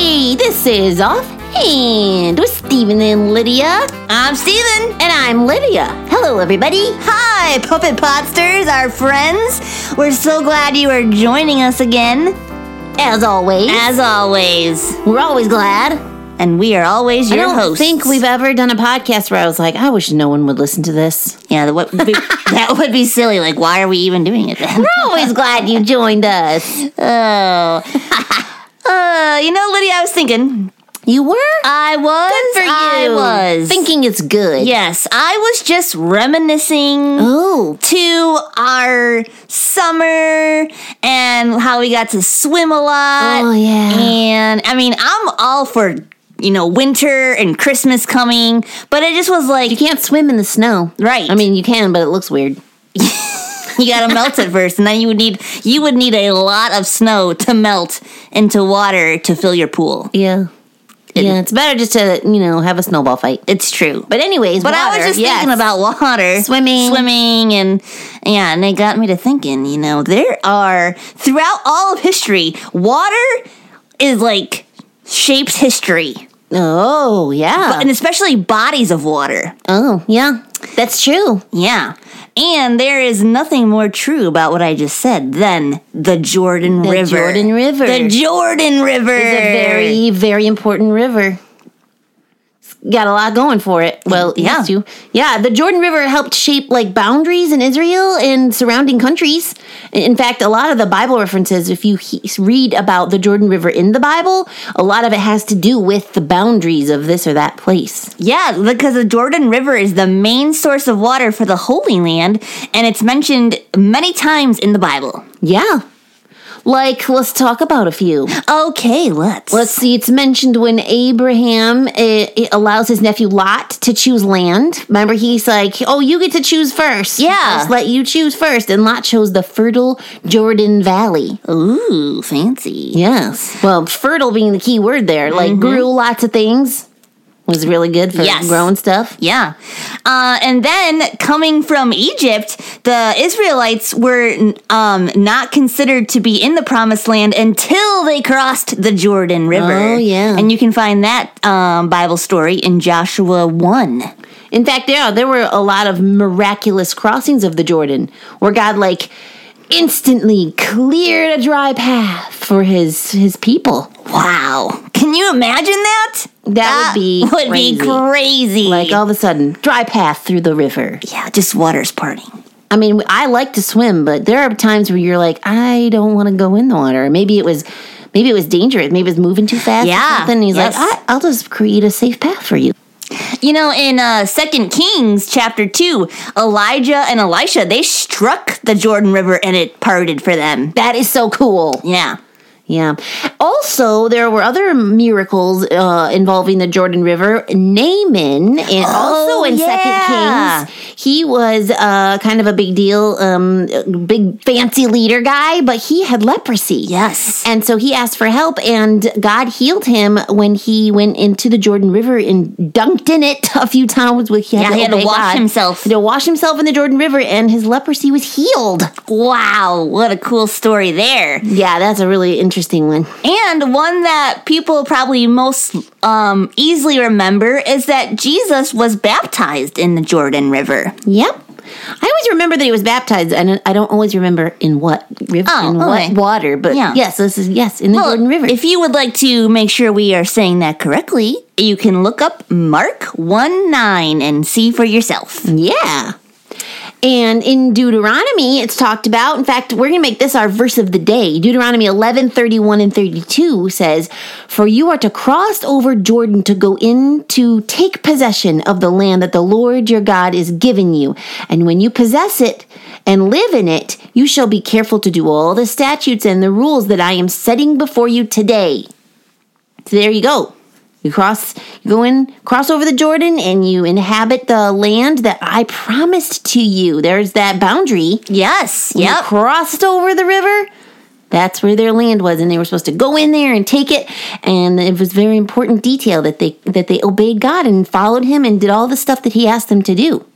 This is Offhand with Stephen and Lydia. I'm Steven. And I'm Lydia. Hello, everybody. Hi, Puppet Podsters, our friends. We're so glad you are joining us again. As always, As always. we're always glad. And we are always I your don't hosts. think we've ever done a podcast where I was like, I wish no one would listen to this. Yeah, that would, be, that would be silly. Like, why are we even doing it then? We're always glad you joined us. Oh. uh, you know, Lydia, I was thinking. You were? I was. Good for you. I was. Thinking it's good. Yes, I was just reminiscing. Oh, to our summer and how we got to swim a lot. Oh, yeah. And I mean, I'm all for, you know, winter and Christmas coming, but it just was like, you can't swim in the snow. right. I mean, you can, but it looks weird. you got to melt it first and then you would need you would need a lot of snow to melt into water to fill your pool. Yeah. yeah, it's better just to, you know, have a snowball fight. It's true. But anyways, But I was water, just yes. thinking about water, Swimming. swimming, and yeah, and it got me to thinking. You know, there are throughout all of history, water is like shaped history, Oh yeah. and especially bodies of water. oh yeah. That's true. Yeah. And there is nothing more true about what I just said than the Jordan The River. Jordan River. The Jordan River. It's a very very important river. It's got a lot going for it. Well, it Yeah. has to. Yeah, the Jordan River helped shape like boundaries in Israel and surrounding countries. In fact, a lot of the Bible references if you he- read about the Jordan River in the Bible, a lot of it has to do with the boundaries of this or that place. Yeah, because the Jordan River is the main source of water for the Holy Land, and it's mentioned many times in the Bible. Yeah. Like, let's talk about a few. Okay, let's. Let's see, it's mentioned when Abraham eh, eh, allows his nephew Lot to choose land. Remember, he's like, Oh, you get to choose first. Yeah. Just let you choose first. And Lot chose the fertile Jordan Valley. Ooh, fancy. Yes. Well, fertile being the key word there. Like, grew lots of things, was really good for Mm-hmm. Yes. growing stuff. Yeah. Uh, and then coming from Egypt, the Israelites were um, not considered to be in the promised land until they crossed the Jordan River. Oh, yeah. And you can find that um, Bible story in Joshua 1. In fact, yeah, there were a lot of miraculous crossings of the Jordan where God, like, instantly cleared a dry path for his his people. Wow. Can you imagine that? That would be would be crazy. Like oh. all of a sudden, dry path through the river. yeah, just waters parting. I mean, I like to swim, but there are times where you're like, I don't want to go in the water. Maybe it was, maybe it was dangerous. Maybe it was moving too fast. Yeah, Or something. And he's yes. like, I, I'll just create a safe path for you. You know, in uh, Second Kings chapter two, Elijah and Elisha they struck the Jordan River and it parted for them. That is so cool. Yeah. Yeah. Also, there were other miracles uh, involving the Jordan River. Naaman, and also in yeah. Second Kings, he was uh, kind of a big deal, um, big fancy leader guy, but he had leprosy. Yes. And so he asked for help, and God healed him when he went into the Jordan River and dunked in it a few times. With he had Yeah, to, he had to obey wash God. himself. He had to wash himself in the Jordan River, and his leprosy was healed. Wow, what a cool story there. Yeah, that's a really interesting one. And one that people probably most um, easily remember is that Jesus was baptized in the Jordan River. Yep. I always remember that he was baptized, and I don't always remember in what river, Oh, in what okay. water, but Yeah. yes, this is yes in the Jordan River. Oh, If you would like to make sure we are saying that correctly, you can look up Mark 1 9 and see for yourself. Yeah. And in Deuteronomy, it's talked about. In fact, we're going to make this our verse of the day. Deuteronomy 11, 31 and 32 says, For you are to cross over Jordan to go in to take possession of the land that the Lord your God is giving you. And when you possess it and live in it, you shall be careful to do all the statutes and the rules that I am setting before you today. So there you go. You cross, you go in, cross over the Jordan, and you inhabit the land that I promised to you. There's that boundary. Yes, When yep. You crossed over the river. That's where their land was, and they were supposed to go in there and take it. And it was very important detail that they that they obeyed God and followed Him and did all the stuff that He asked them to do.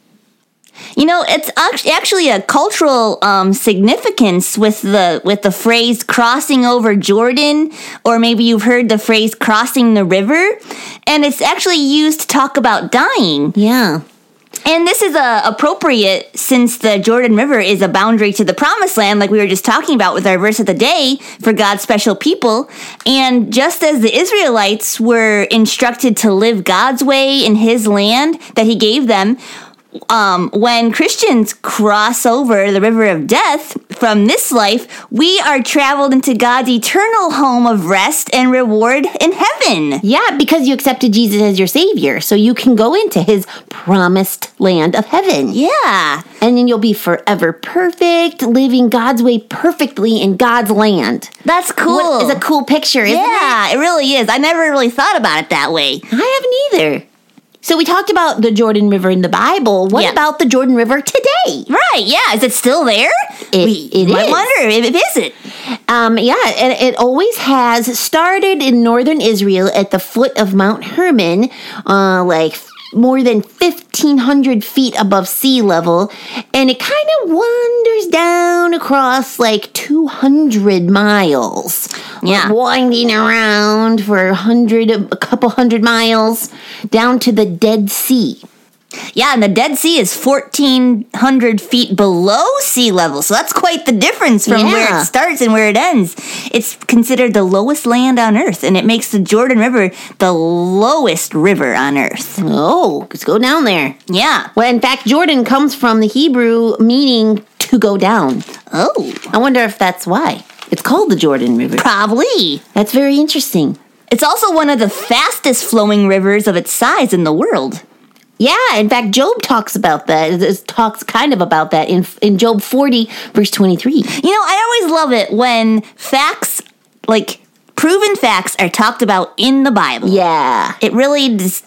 You know, it's act- actually a cultural um, significance with the with the phrase "crossing over Jordan," or maybe you've heard the phrase "crossing the river," and it's actually used to talk about dying. Yeah. And this is uh, appropriate since the Jordan River is a boundary to the Promised Land, like we were just talking about with our verse of the day for God's special people. And just as the Israelites were instructed to live God's way in His land that He gave them, um, when Christians cross over the river of death from this life, we are traveled into God's eternal home of rest and reward in heaven. Yeah, because you accepted Jesus as your savior, so you can go into his promised land of heaven. Yeah. And then you'll be forever perfect, living God's way perfectly in God's land. That's cool. What is a cool picture, isn't it? Oh. yeah, it really is. I never really thought about it that way. I haven't either. So we talked about the Jordan River in the Bible. What Yeah. about the Jordan River today? Right, yeah. Is it still there? It- it I is. wonder if it isn't. Um, yeah, it, it always has started in northern Israel at the foot of Mount Hermon, uh, like f- more than 1,500 feet above sea level, and it kind of wanders down across like 200 miles. Yeah. Like, winding around for a hundred, a couple hundred miles down to the Dead Sea. Yeah, and the Dead Sea is 1,400 feet below sea level. So that's quite the difference from where Yeah. it starts and where it ends. It's considered the lowest land on Earth, and it makes the Jordan River the lowest river on Earth. Oh, let's go down there. Yeah. Well, in fact, Jordan comes from the Hebrew meaning to go down. Oh, I wonder if that's why. It's called the Jordan River. probably. That's very interesting. It's also one of the fastest flowing rivers of its size in the world. Yeah, in fact, Job talks about that. It- It talks kind of about that in in Job 40 verse 23. You know, I always love it when facts, like proven facts, are talked about in the Bible. Yeah. It really just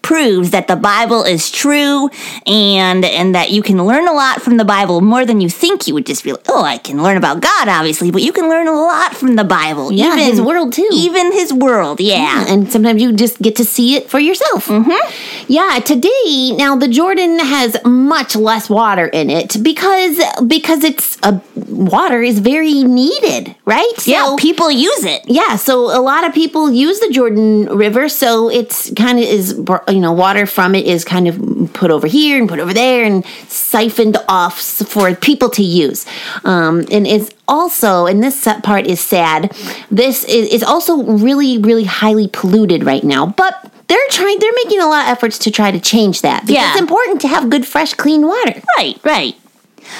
proves that the Bible is true and and that you can learn a lot from the Bible more than you think you would just be like, oh, I can learn about God obviously, but you can learn a lot from the Bible. Yeah, his world, too. Even his world, yeah. And sometimes you just get to see it for yourself. Mm-hmm. Yeah, today now the Jordan has much less water in it because because it's uh, water is very needed, right? Yeah, So- people use it. yeah so a lot of people use the jordan river so it's kind of is br- you know water from it is kind of put over here and put over there and siphoned off s- for people to use um, and it's also and this se- part is sad this is, is also really really highly polluted right now but they're trying they're making a lot of efforts to try to change that because Yeah. it's important to have good fresh clean water Right, right.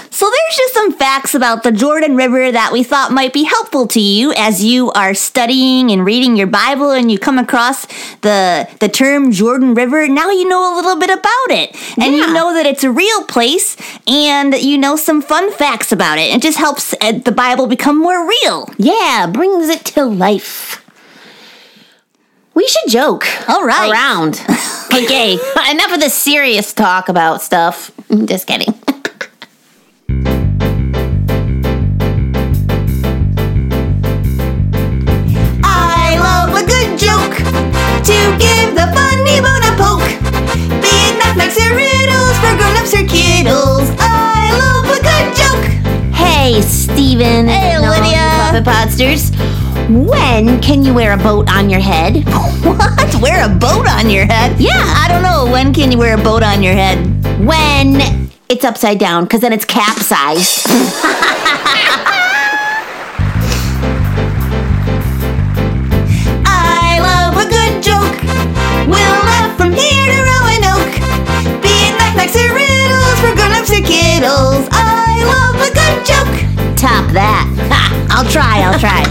So there's just some facts about the Jordan River that we thought might be helpful to you as you are studying and reading your Bible and you come across the the term Jordan River. Now you know a little bit about it. And Yeah. you know that it's a real place and you know some fun facts about it. It just helps uh, the Bible become more real. yeah brings it to life we should joke All right. around. okay, enough of the serious talk about stuff. Just kidding. I love a good joke to give the funny bone a poke. Be it knockbacks or riddles for grown-ups or kiddles. I love a good joke. Hey, Steven. Hey, and all Lydia. you Puppet Podsters. When can you wear a boat on your head? What? Wear a boat on your head? Yeah, I don't know. When can you wear a boat on your head? When it's upside down, because then it's capsized. I love a good joke. We'll laugh from here to Roanoke. Be it knockbacks or riddles for grown-ups or kiddles. I love a good joke. Top that. Ha, I'll try, I'll try.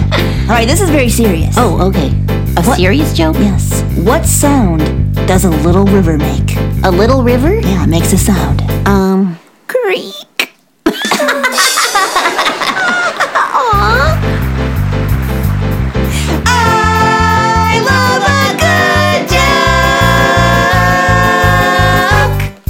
All right, this is very serious. oh, okay. A serious joke? Yes. What sound does a little river make? A little river? Yeah, it makes a sound. Um, Creek. I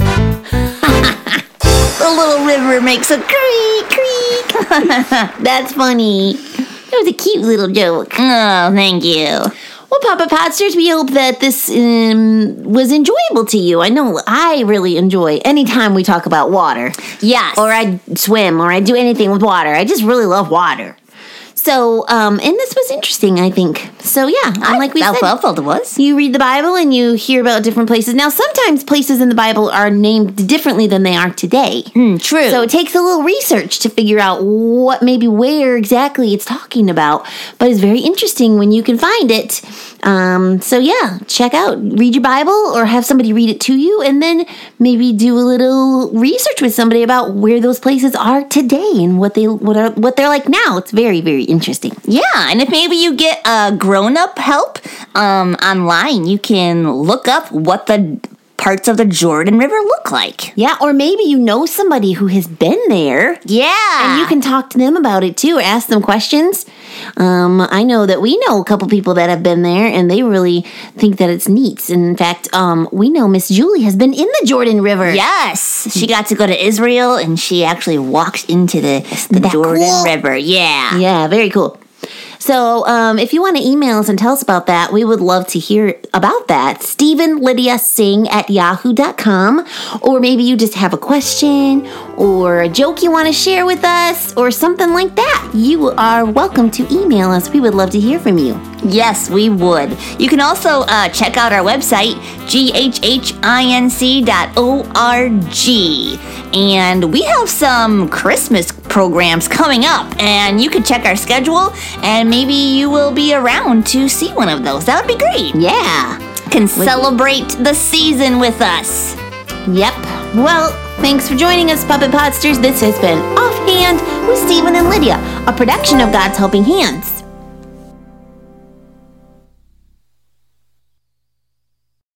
love a good joke. the little river makes a creek, creek. that's funny. That was a cute little joke. Oh, thank you. Well, Well, Papa Podsters, we hope that this um, was enjoyable to you. I know I really enjoy anytime we talk about water. Yes. Or I swim or I do anything with water. I just really love water. So, um, and this was interesting, I think. So, yeah, I, like we I said, felt it was. you read the Bible and you hear about different places. Now, sometimes places in the Bible are named differently than they are today. Hmm, True. So it takes a little research to figure out what maybe where exactly it's talking about, but it's very interesting when you can find it. Um, so yeah, check out, read your Bible, or have somebody read it to you, and then maybe do a little research with somebody about where those places are today and what they what are what they're like now. It's very very interesting. Yeah, and if maybe you get uh, grown up help um, online, you can look up what the parts of the Jordan River look like. Yeah, or maybe you know somebody who has been there. Yeah, And you can talk to them about it too. Ask them questions. Um, I know that we know a couple people that have been there, and they really think that it's neat. And in fact, um, we know Miss Julie has been in the Jordan River. Yes, she got to go to Israel, and she actually walked into the, the that Jordan cool? River. Yeah. yeah, very cool. So, um, if you want to email us and tell us about that, we would love to hear about that. Stephen Lydia Singh at yahoo.com. Or maybe you just have a question or a joke you want to share with us or something like that. You are welcome to email us. We would love to hear from you. Yes, we would. You can also uh, check out our website, ghhinc.org. And we have some Christmas programs coming up, and you could check our schedule, and maybe you will be around to see one of those. That would be great. Yeah. You can celebrate the season with us. Yep. Well, thanks for joining us, Puppet Podsters. This has been Offhand with Stephen and Lydia, a production of God's Helping Hands.